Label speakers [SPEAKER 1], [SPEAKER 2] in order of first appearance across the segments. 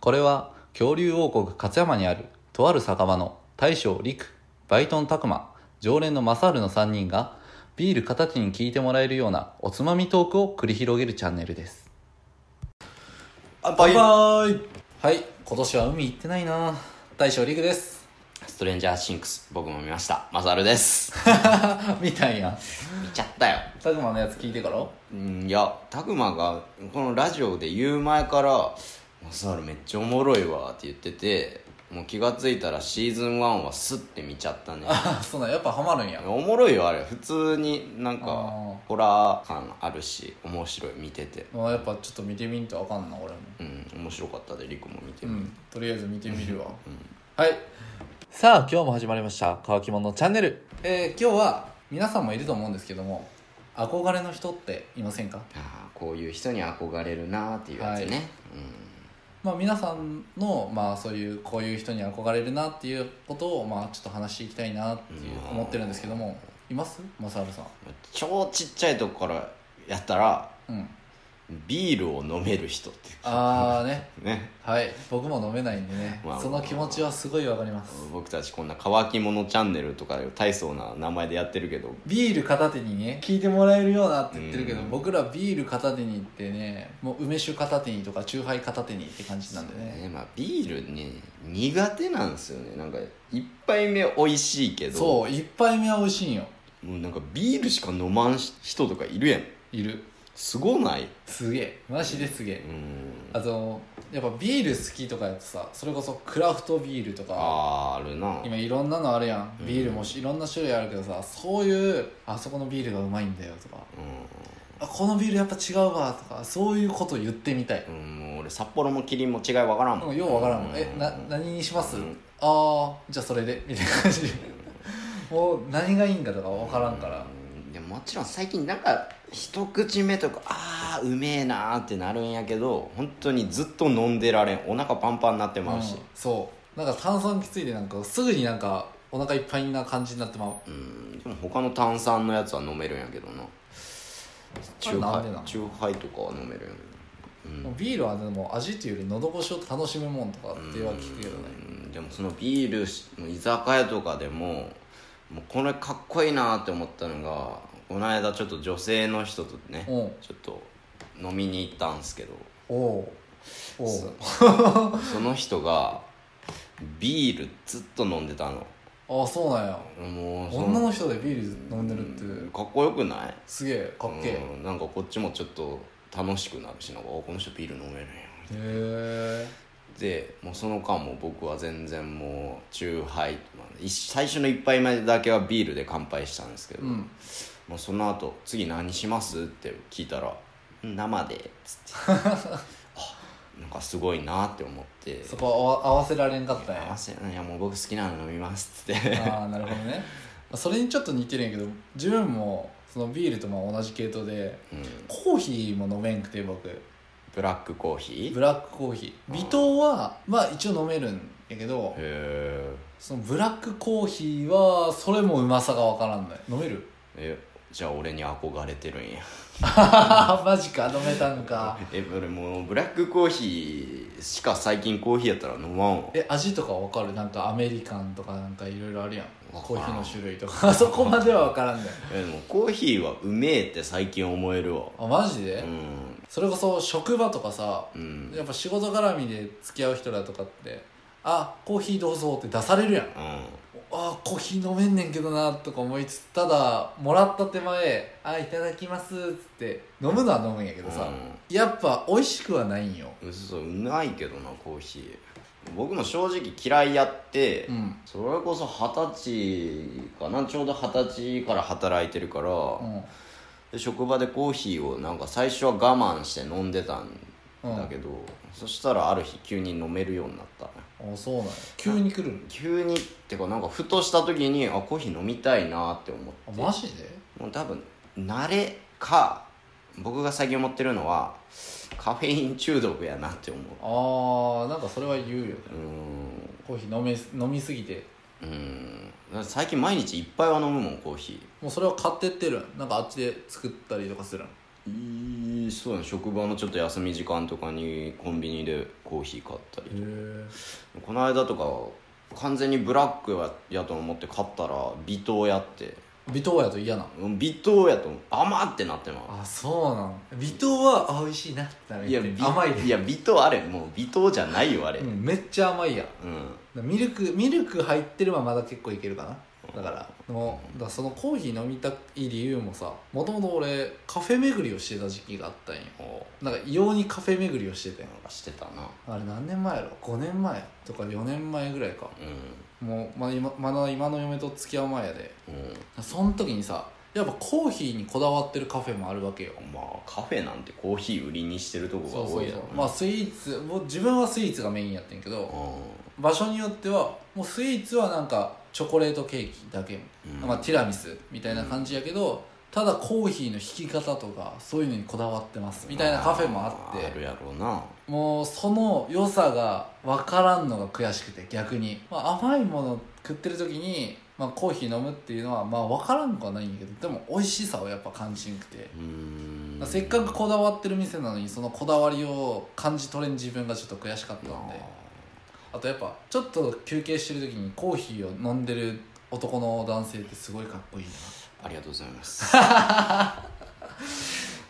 [SPEAKER 1] これは恐竜王国勝山にあるとある酒場の大将陸バイトン拓磨常連のマサールの3人がビール片手に聞いてもらえるようなおつまみトークを繰り広げるチャンネルです
[SPEAKER 2] あバイバイ
[SPEAKER 1] はい今年は海行ってないな大将陸です
[SPEAKER 2] ストレンジャーシンクス僕も見ましたマサルです
[SPEAKER 1] みたいな
[SPEAKER 2] 見ちゃったよ
[SPEAKER 1] 拓磨のやつ聞いてから
[SPEAKER 2] うんいやタグマがこのラジオで言う前から「マサルめっちゃおもろいわ」って言っててもう気がついたらシーズン1はスッて見ちゃったね
[SPEAKER 1] あそうなんやっぱハマるんや
[SPEAKER 2] おもろいよあれ普通になん
[SPEAKER 1] あ
[SPEAKER 2] かホラー感あるし面白い見てて
[SPEAKER 1] まあやっぱちょっと見てみんとあかんな俺も
[SPEAKER 2] うん面白かったでリクも見て
[SPEAKER 1] う
[SPEAKER 2] みる
[SPEAKER 1] んとりあえず見てみるわ、はいさあ今日も始まりました「乾き物チャンネル」えー今日は皆さんもいると思うんですけども憧れの人っていませんか
[SPEAKER 2] ああこういう人に憧れるなーっていうやつね、
[SPEAKER 1] はいまあ皆さんのまあそういうこういう人に憧れるなっていうことをまあちょっと話していきたいなっていう思ってるんですけどもいますマサルさん
[SPEAKER 2] うん超ちっちゃいとこからやったら
[SPEAKER 1] うん
[SPEAKER 2] ビールを飲める人って
[SPEAKER 1] ああね
[SPEAKER 2] ね
[SPEAKER 1] はい僕も飲めないんでね
[SPEAKER 2] まあまあまあ
[SPEAKER 1] その気持ちはすごいわかります
[SPEAKER 2] 僕たちこんな乾き物チャンネルとか大層な名前でやってるけど
[SPEAKER 1] ビール片手にね聞いてもらえるようなって言ってるけど、
[SPEAKER 2] うん
[SPEAKER 1] 僕らビール片手にってねもう梅酒片手にとかチューハイ片手にって感じなんでね
[SPEAKER 2] ねまあ、ビールね苦手なんですよねなんか一杯目美味しいけど
[SPEAKER 1] そう一杯目は美味しいんよ
[SPEAKER 2] もうなんかビールしか飲まんし人とかいるやん
[SPEAKER 1] いる
[SPEAKER 2] すごない
[SPEAKER 1] すげえマジですげえ、
[SPEAKER 2] うん
[SPEAKER 1] あとやっぱビール好きとかやとさそれこそクラフトビールとか
[SPEAKER 2] あーあるな
[SPEAKER 1] 今いろんなのあるやん
[SPEAKER 2] うん
[SPEAKER 1] ビールもしいろんな種類あるけどさそういうあそこのビールがうまいんだよとかあこのビールやっぱ違うわとかそういうこと言ってみたい
[SPEAKER 2] うん、うん、もう俺札幌もキリンも違いわからんも
[SPEAKER 1] うんんようわからんも
[SPEAKER 2] うん
[SPEAKER 1] えな何にします、
[SPEAKER 2] うん
[SPEAKER 1] ああじゃあそれでみたいな感じで もう何がいいんかとかわからんから、
[SPEAKER 2] うんでももちろん最近なんか一口目とかああうめえなーってなるんやけど本当にずっと飲んでられんお腹パンパンになってまうし
[SPEAKER 1] うんそうなんか炭酸きついでなんかすぐになんかお腹いっぱいな感じになってまう
[SPEAKER 2] うん、でも他の炭酸のやつは飲めるんやけどなチュー
[SPEAKER 1] なんでな
[SPEAKER 2] ハ
[SPEAKER 1] ん
[SPEAKER 2] イチューハイとかは飲めるんやけど、うん
[SPEAKER 1] もうビールはでも味というより喉越しを楽しむもんとかっては聞くけどね
[SPEAKER 2] うんでもそのビールし居酒屋とかでももうこれかっこいいなって思ったのがこの間ちょっと女性の人とね
[SPEAKER 1] うん
[SPEAKER 2] ちょっと飲みに行ったんですけど
[SPEAKER 1] おうお
[SPEAKER 2] そうその人がビールずっと飲んでたの
[SPEAKER 1] ああそうなんや
[SPEAKER 2] もうそ
[SPEAKER 1] 女の人でビール飲んでるって、
[SPEAKER 2] かっこよくない
[SPEAKER 1] すげえかっけえ、へ
[SPEAKER 2] うんなんかこっちもちょっと楽しくなるしなんかおこの人ビール飲めるんや
[SPEAKER 1] え
[SPEAKER 2] でもうその間も僕は全然もうチューハイまあ一最初の一杯目だけはビールで乾杯したんですけど、
[SPEAKER 1] うん
[SPEAKER 2] もうその後次何します?」って聞いたら「生で」っ つってあなんかすごいなって思って
[SPEAKER 1] そこは合わ合わせられんかったん
[SPEAKER 2] 合わ
[SPEAKER 1] や
[SPEAKER 2] せいやもう僕好きなの飲みます」っ つって
[SPEAKER 1] ああなるほどねそれにちょっと似てるんやけど自分もそのビールとまあ同じ系統で
[SPEAKER 2] うん
[SPEAKER 1] コーヒーも飲めんくて僕
[SPEAKER 2] ブラックコーヒー
[SPEAKER 1] ブラックコーヒー微糖はまあ一応飲めるんやけど
[SPEAKER 2] へ
[SPEAKER 1] そのブラックコーヒーはそれもうまさがわからんのよ飲め る
[SPEAKER 2] ええじゃあ俺に憧れてるんや
[SPEAKER 1] マジか飲めたのか
[SPEAKER 2] え俺もうブラックコーヒーしか最近コーヒーやったら飲まんわ
[SPEAKER 1] え味とかわかるなんかアメリカンとかなんかいろいろあるやん
[SPEAKER 2] わから
[SPEAKER 1] コ
[SPEAKER 2] ん
[SPEAKER 1] ーヒーの種類と かそこまではわからんだよ
[SPEAKER 2] えでもコーヒーはうめえって最近思えるわ
[SPEAKER 1] あマジで、
[SPEAKER 2] うん
[SPEAKER 1] それこそ職場とかさ
[SPEAKER 2] うん
[SPEAKER 1] やっぱ仕事絡みで付き合う人だとかって「あコーヒーどうぞ」って出されるやん
[SPEAKER 2] うん
[SPEAKER 1] あーコーヒー飲めんねんけどなとか思いつつただもらった手前「あいただきます」っつって飲むのは飲むんやけどさ、やっぱ美味しくはないんよ
[SPEAKER 2] うんそうそううまいけどなコーヒー僕も正直嫌いやって、
[SPEAKER 1] うん
[SPEAKER 2] それこそ二十歳かなちょうど二十歳から働いてるから、
[SPEAKER 1] うん
[SPEAKER 2] で職場でコーヒーをなんか最初は我慢して飲んでたんだけど、そしたらある日急に飲めるようになった
[SPEAKER 1] あそうなんや急に来るの
[SPEAKER 2] 急にってかなんかふとした時にあコーヒー飲みたいなって思
[SPEAKER 1] あ
[SPEAKER 2] って
[SPEAKER 1] マジで
[SPEAKER 2] もう多分慣れか僕が最近思ってるのはカフェイン中毒やなって思う
[SPEAKER 1] あーなんかそれは言うよね
[SPEAKER 2] うーん
[SPEAKER 1] コーヒー飲め飲みすぎて
[SPEAKER 2] うーんだから最近毎日いっぱいは飲むもんコーヒ
[SPEAKER 1] もうそれは買ってってるんなんかあっちで作ったりとかするん
[SPEAKER 2] ーそうだね職場のちょっと休み時間とかにコンビニでコーヒー買ったりこの間とか完全にブラックやと思って買ったら微糖やって
[SPEAKER 1] 微糖やと嫌な
[SPEAKER 2] うん微糖やと思う甘ってなってま
[SPEAKER 1] あそうなん微糖はあ美味しいなってな
[SPEAKER 2] す
[SPEAKER 1] る
[SPEAKER 2] いや
[SPEAKER 1] 甘い
[SPEAKER 2] 微
[SPEAKER 1] で
[SPEAKER 2] いや微糖あれもう微糖じゃないよあれ
[SPEAKER 1] う
[SPEAKER 2] うん、
[SPEAKER 1] ん、めっちゃ甘いやんミルクミルク入ってればまだ結構いけるかなだからでもだからそのコーヒー飲みたい理由もさもともと俺カフェ巡りをしてた時期があったんよ
[SPEAKER 2] お
[SPEAKER 1] なんか異様にカフェ巡りをしてたんよ
[SPEAKER 2] してたな
[SPEAKER 1] あれ何年前やろ5年前とか4年前ぐらいか
[SPEAKER 2] う
[SPEAKER 1] もうま今まだ今の嫁と付き合う前やで
[SPEAKER 2] んうん
[SPEAKER 1] その時にさやっぱコーヒーにこだわってるカフェもあるわけよ
[SPEAKER 2] まあカフェなんてコーヒー売りにしてるとこ
[SPEAKER 1] そう
[SPEAKER 2] が
[SPEAKER 1] そ
[SPEAKER 2] 多
[SPEAKER 1] う
[SPEAKER 2] い
[SPEAKER 1] そ
[SPEAKER 2] やろ
[SPEAKER 1] うまあスイーツもう自分はスイーツがメインやってんけど
[SPEAKER 2] う
[SPEAKER 1] 場所によってはもうスイーツはなんかチョコレートケーキだけ、
[SPEAKER 2] ん
[SPEAKER 1] まあ、ティラミスみたいな感じやけど、ただコーヒーの引き方とかそういうのにこだわってますみたいなカフェもあって
[SPEAKER 2] あるやろうな
[SPEAKER 1] もうその良さが分からんのが悔しくて逆に、まあ、甘いもの食ってる時に、まあ、コーヒー飲むっていうのはまあ分からんくはないんやけどでも美味しさをやっぱ感じんくて、
[SPEAKER 2] うん
[SPEAKER 1] せっかくこだわってる店なのにそのこだわりを感じ取れん自分がちょっと悔しかったんであとやっぱちょっと休憩してる時にコーヒーを飲んでる男の男性ってすごいかっこいい
[SPEAKER 2] ありがとうございます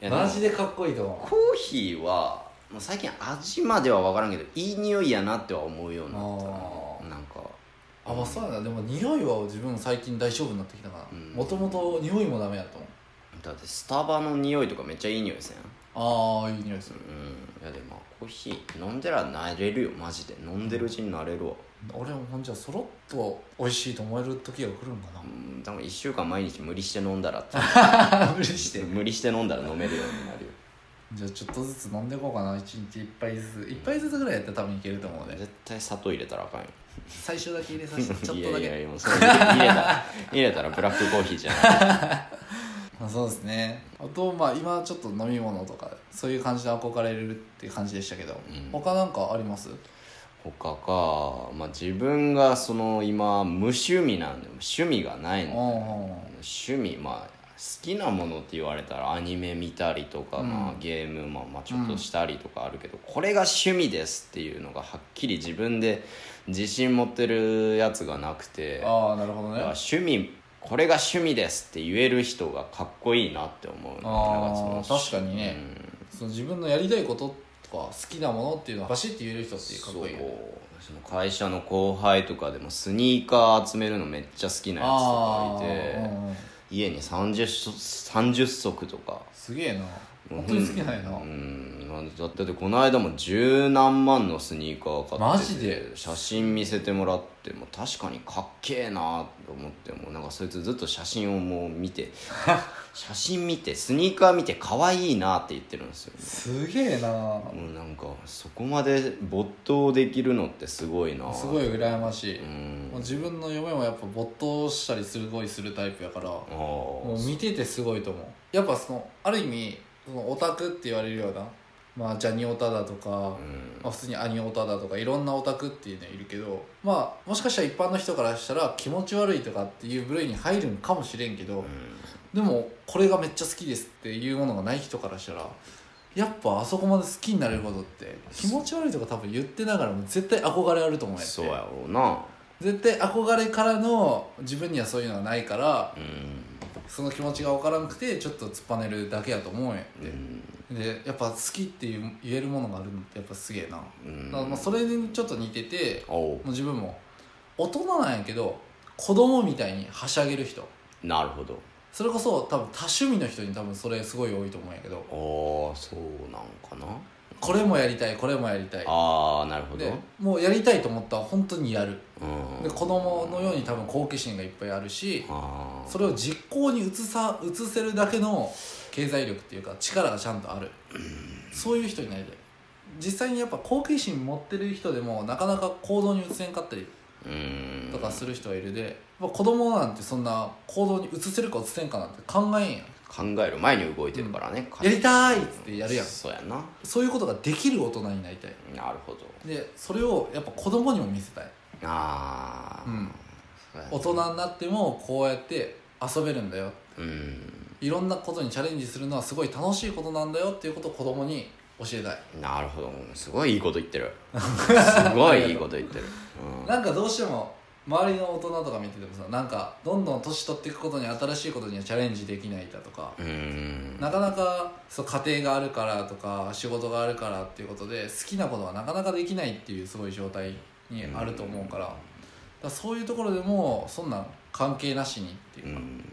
[SPEAKER 2] いや
[SPEAKER 1] なマ
[SPEAKER 2] で
[SPEAKER 1] ジ
[SPEAKER 2] も
[SPEAKER 1] でかっこいいと思
[SPEAKER 2] コーヒーはまあ最近味までは分からんけどいい匂いやなっては思うようになった
[SPEAKER 1] あー
[SPEAKER 2] ななんか
[SPEAKER 1] うあまあそうやなでも匂いは自分最近大丈夫になってきたから
[SPEAKER 2] うん
[SPEAKER 1] もともと匂いもダメやと思う
[SPEAKER 2] だってスタバの匂いとかめっちゃいい匂いせん
[SPEAKER 1] ああいい匂いする
[SPEAKER 2] うんいやでもまあコーヒー飲んでら慣れるよマジで飲んでるうちになれるわ
[SPEAKER 1] 俺もほんじゃそろっと美味しいと思える時が来るんか
[SPEAKER 2] うん多分1週間毎日無理して飲んだらって
[SPEAKER 1] な 無理して
[SPEAKER 2] 無理して飲んだら飲めるようになるよ
[SPEAKER 1] じゃあちょっとずつ飲んでいこうかな一日一杯ずつ一杯ずつぐらいやったら多分いけると思うね
[SPEAKER 2] 絶対砂糖入れたらあかんよ
[SPEAKER 1] 最初だけ入れさ せてちょっとだけ
[SPEAKER 2] いやいやいやもうそれ入れたら 入れたらブラックコーヒーじゃない
[SPEAKER 1] まあ、そうですねあとまあ今ちょっと飲み物とかそういう感じで憧れるっていう感じでしたけど、
[SPEAKER 2] うん
[SPEAKER 1] 他なんかあります
[SPEAKER 2] 他か、まあ、自分がその今無趣味なんで趣味がないの
[SPEAKER 1] あ
[SPEAKER 2] 趣味まあ好きなものって言われたらアニメ見たりとか、
[SPEAKER 1] うん
[SPEAKER 2] まあ、ゲーム、まあ、まあちょっとしたりとかあるけど、これが趣味ですっていうのがはっきり自分で自信持ってるやつがなくて
[SPEAKER 1] あああなるほどね
[SPEAKER 2] だから趣味これが趣味ですって言える人がかっこいいなって思うねなん
[SPEAKER 1] ああ
[SPEAKER 2] その
[SPEAKER 1] 確かにね、
[SPEAKER 2] うん
[SPEAKER 1] その自分のやりたいこととか好きなものっていうのはバシッて言える人ってかっ
[SPEAKER 2] そう
[SPEAKER 1] こいいよね
[SPEAKER 2] その会社の後輩とかでもスニーカー集めるのめっちゃ好きなや
[SPEAKER 1] あ
[SPEAKER 2] つと
[SPEAKER 1] あ
[SPEAKER 2] かいて、
[SPEAKER 1] うんうん
[SPEAKER 2] 家に 30, 足30足とか
[SPEAKER 1] すげえな本当に好きなんやな、
[SPEAKER 2] うんだってこの間も十何万のスニーカー買ってて
[SPEAKER 1] マジで
[SPEAKER 2] 写真見せてもらっても確かにかっけえなと思ってもうなんかそいつずっと写真をもう見て 写真見てスニーカー見て可愛いなって言ってるんですよ
[SPEAKER 1] すげえな
[SPEAKER 2] もうなんかそこまで没頭できるのってすごいな
[SPEAKER 1] すごい羨ましい、
[SPEAKER 2] うん
[SPEAKER 1] もう自分の嫁もやっぱ没頭したりすごいするタイプやから、
[SPEAKER 2] あ
[SPEAKER 1] もう見ててすごいと思うやっぱそのある意味そのオタクって言われるようなまあジャニオタだとか、
[SPEAKER 2] あうん
[SPEAKER 1] まあ、普通にアニオタだとかいろんなオタクっていうのいるけどまあもしかしたら一般の人からしたら気持ち悪いとかっていう部類に入るんかもしれんけど、でもこれがめっちゃ好きですっていうものがない人からしたらやっぱあそこまで好きになれることって気持ち悪いとか多分言ってながらも絶対憧れあると思うやん
[SPEAKER 2] そうやろうな
[SPEAKER 1] 絶対憧れからの自分にはそういうのはないから
[SPEAKER 2] うん
[SPEAKER 1] その気持ちが分からなくてちょっと突っぱねるだけやと思うんやって、でやっぱ好きっていう言えるものがあるのってやっぱすげえな、
[SPEAKER 2] うん
[SPEAKER 1] だからまあそれにちょっと似てて
[SPEAKER 2] おう
[SPEAKER 1] もう自分も大人なんやけど子供みたいにはしゃげる人
[SPEAKER 2] なるほど
[SPEAKER 1] それこそ多分多趣味の人に多分それすごい多いと思うんやけど
[SPEAKER 2] ああそうなんかな
[SPEAKER 1] これもやりたいこれもやりたい
[SPEAKER 2] ああなるほど
[SPEAKER 1] でもうやりたいと思ったら本当にやる
[SPEAKER 2] うん
[SPEAKER 1] で子供のように多分好奇心がいっぱいあるし
[SPEAKER 2] あ
[SPEAKER 1] それを実行に移さ移せるだけの経済力っていうか力がちゃんとあるそういう人になりたい実際にやっぱ好奇心持ってる人でもなかなか行動に移せんかったり
[SPEAKER 2] あうん
[SPEAKER 1] とかする人がいるで、まあ、子供なんてそんな行動に移せるか移せんかなんて考えんやん
[SPEAKER 2] 考える前に動いてるからね
[SPEAKER 1] やりたいっつってやるやん
[SPEAKER 2] そうやな
[SPEAKER 1] そういうことができる大人になりたい
[SPEAKER 2] なるほど
[SPEAKER 1] でそれをやっぱ子供にも見せたい
[SPEAKER 2] あ
[SPEAKER 1] う
[SPEAKER 2] あ
[SPEAKER 1] ん
[SPEAKER 2] そうやな
[SPEAKER 1] 大人になってもこうやって遊べるんだよ
[SPEAKER 2] うん
[SPEAKER 1] いろんなことにチャレンジするのはすごい楽しいことなんだよっていうことを子供に教えたい
[SPEAKER 2] なるほどすごいいいこと言ってるすごいいいこと言っ てる、うん
[SPEAKER 1] なんかどうしても周りの大人とか見ててもさなんかどんどん年取っていくことに新しいことにはチャレンジできないだとか、
[SPEAKER 2] うーん
[SPEAKER 1] なかなかそう家庭があるからとか仕事があるからっていうことで好きなことがなかなかできないっていうすごい状態にあると思うから,、だからそういうところでもそんなん関係なしにっていううか、
[SPEAKER 2] ん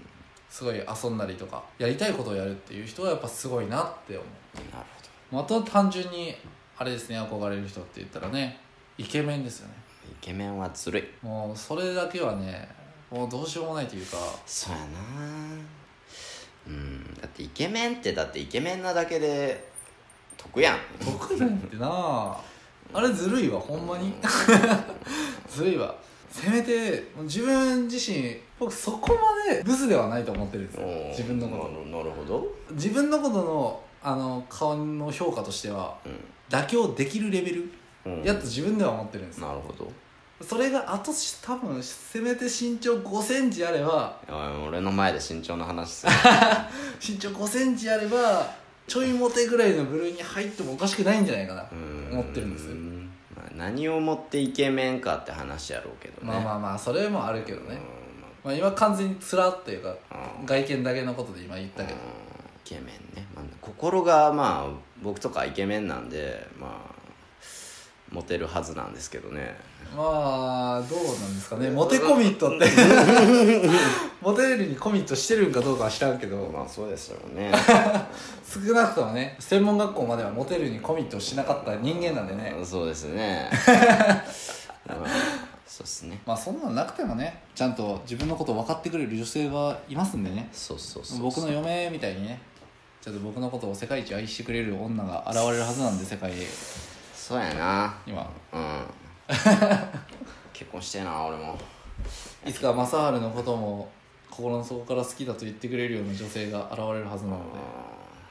[SPEAKER 1] すごい遊んだりとかやりたいことをやるっていう人はやっぱすごいなって思う。
[SPEAKER 2] なるほ
[SPEAKER 1] また単純にあれですね憧れる人って言ったらねイケメンですよね
[SPEAKER 2] どイケメンはずるい
[SPEAKER 1] もうそれだけはねもうどうしようもないというか
[SPEAKER 2] そうやなうんだってイケメンってだってイケメンなだけで得やん
[SPEAKER 1] 得意なんてなあれずるいわほんまにずるいわせめてもう自分自身僕そこまでブスではないと思ってるんですよ
[SPEAKER 2] おー
[SPEAKER 1] 自分のこ
[SPEAKER 2] なるなるほど、
[SPEAKER 1] と自分のことのあの顔の評価としては
[SPEAKER 2] う
[SPEAKER 1] 妥協できるレベル
[SPEAKER 2] んうん、
[SPEAKER 1] やっと自分では思ってるんですよ
[SPEAKER 2] なるほど
[SPEAKER 1] それがあとし多分せめて身長5センチあれば
[SPEAKER 2] おい俺の前で身長の話する
[SPEAKER 1] 身長5センチあればちょいモテぐらいの部類に入ってもおかしくないんじゃないかな、
[SPEAKER 2] う ん
[SPEAKER 1] 思ってるんです
[SPEAKER 2] まあ、何をもってイケメンかって話やろうけどね
[SPEAKER 1] まあまあまあそれもあるけど
[SPEAKER 2] うん
[SPEAKER 1] ね、
[SPEAKER 2] まあ
[SPEAKER 1] まあ、今完全につらっていうか
[SPEAKER 2] うん
[SPEAKER 1] 外見だけのことで今言ったけど、
[SPEAKER 2] うんイケメンね、まあ、心がまあ僕とかイケメンなんでまあモテるはずなんですけどね
[SPEAKER 1] まあどうなんですかねモテコミット ってモテるにコミットしてるんかどうかは知らんけど
[SPEAKER 2] まあそうですよ ね
[SPEAKER 1] 少なくともね専門学校まではモテるにコミットしなかった人間なんでね、
[SPEAKER 2] うんそうですね まあそうっすね
[SPEAKER 1] まあそんなんなくてもねちゃんと自分のこと分かってくれる女性はいますんでね
[SPEAKER 2] そうそうそう
[SPEAKER 1] 僕の嫁みたいにねちょっと僕のことを世界一愛してくれる女が現れるはずなんで世界へ
[SPEAKER 2] そうやな
[SPEAKER 1] 今
[SPEAKER 2] うん 結婚してえな俺も
[SPEAKER 1] いつか正治のことも心の底から好きだと言ってくれるような女性が現れるはずなので
[SPEAKER 2] うん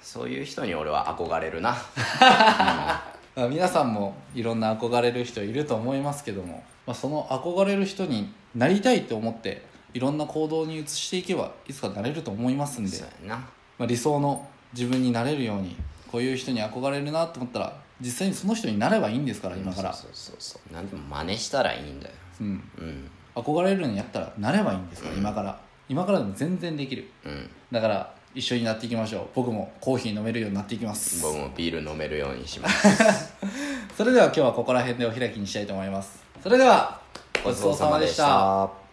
[SPEAKER 2] そういう人に俺は憧れるな
[SPEAKER 1] まあ皆さんもいろんな憧れる人いると思いますけども、まあ、その憧れる人になりたいと思っていろんな行動に移していけばいつかなれると思いますんで
[SPEAKER 2] そう、やな
[SPEAKER 1] まあ、理想の自分になれるようにこういう人に憧れるなと思ったら実際にその人になればいいんですから今から、
[SPEAKER 2] そうそうそうそう何でも真似したらいいんだよ
[SPEAKER 1] うん、
[SPEAKER 2] うん
[SPEAKER 1] 憧れるのやったらなればいいんですから、今から今からでも全然できる
[SPEAKER 2] うん
[SPEAKER 1] だから一緒になっていきましょう僕もコーヒー飲めるようになっていきます
[SPEAKER 2] 僕もビール飲めるようにします
[SPEAKER 1] それでは今日はここら辺でお開きにしたいと思いますそれではごちそうさまでした
[SPEAKER 2] た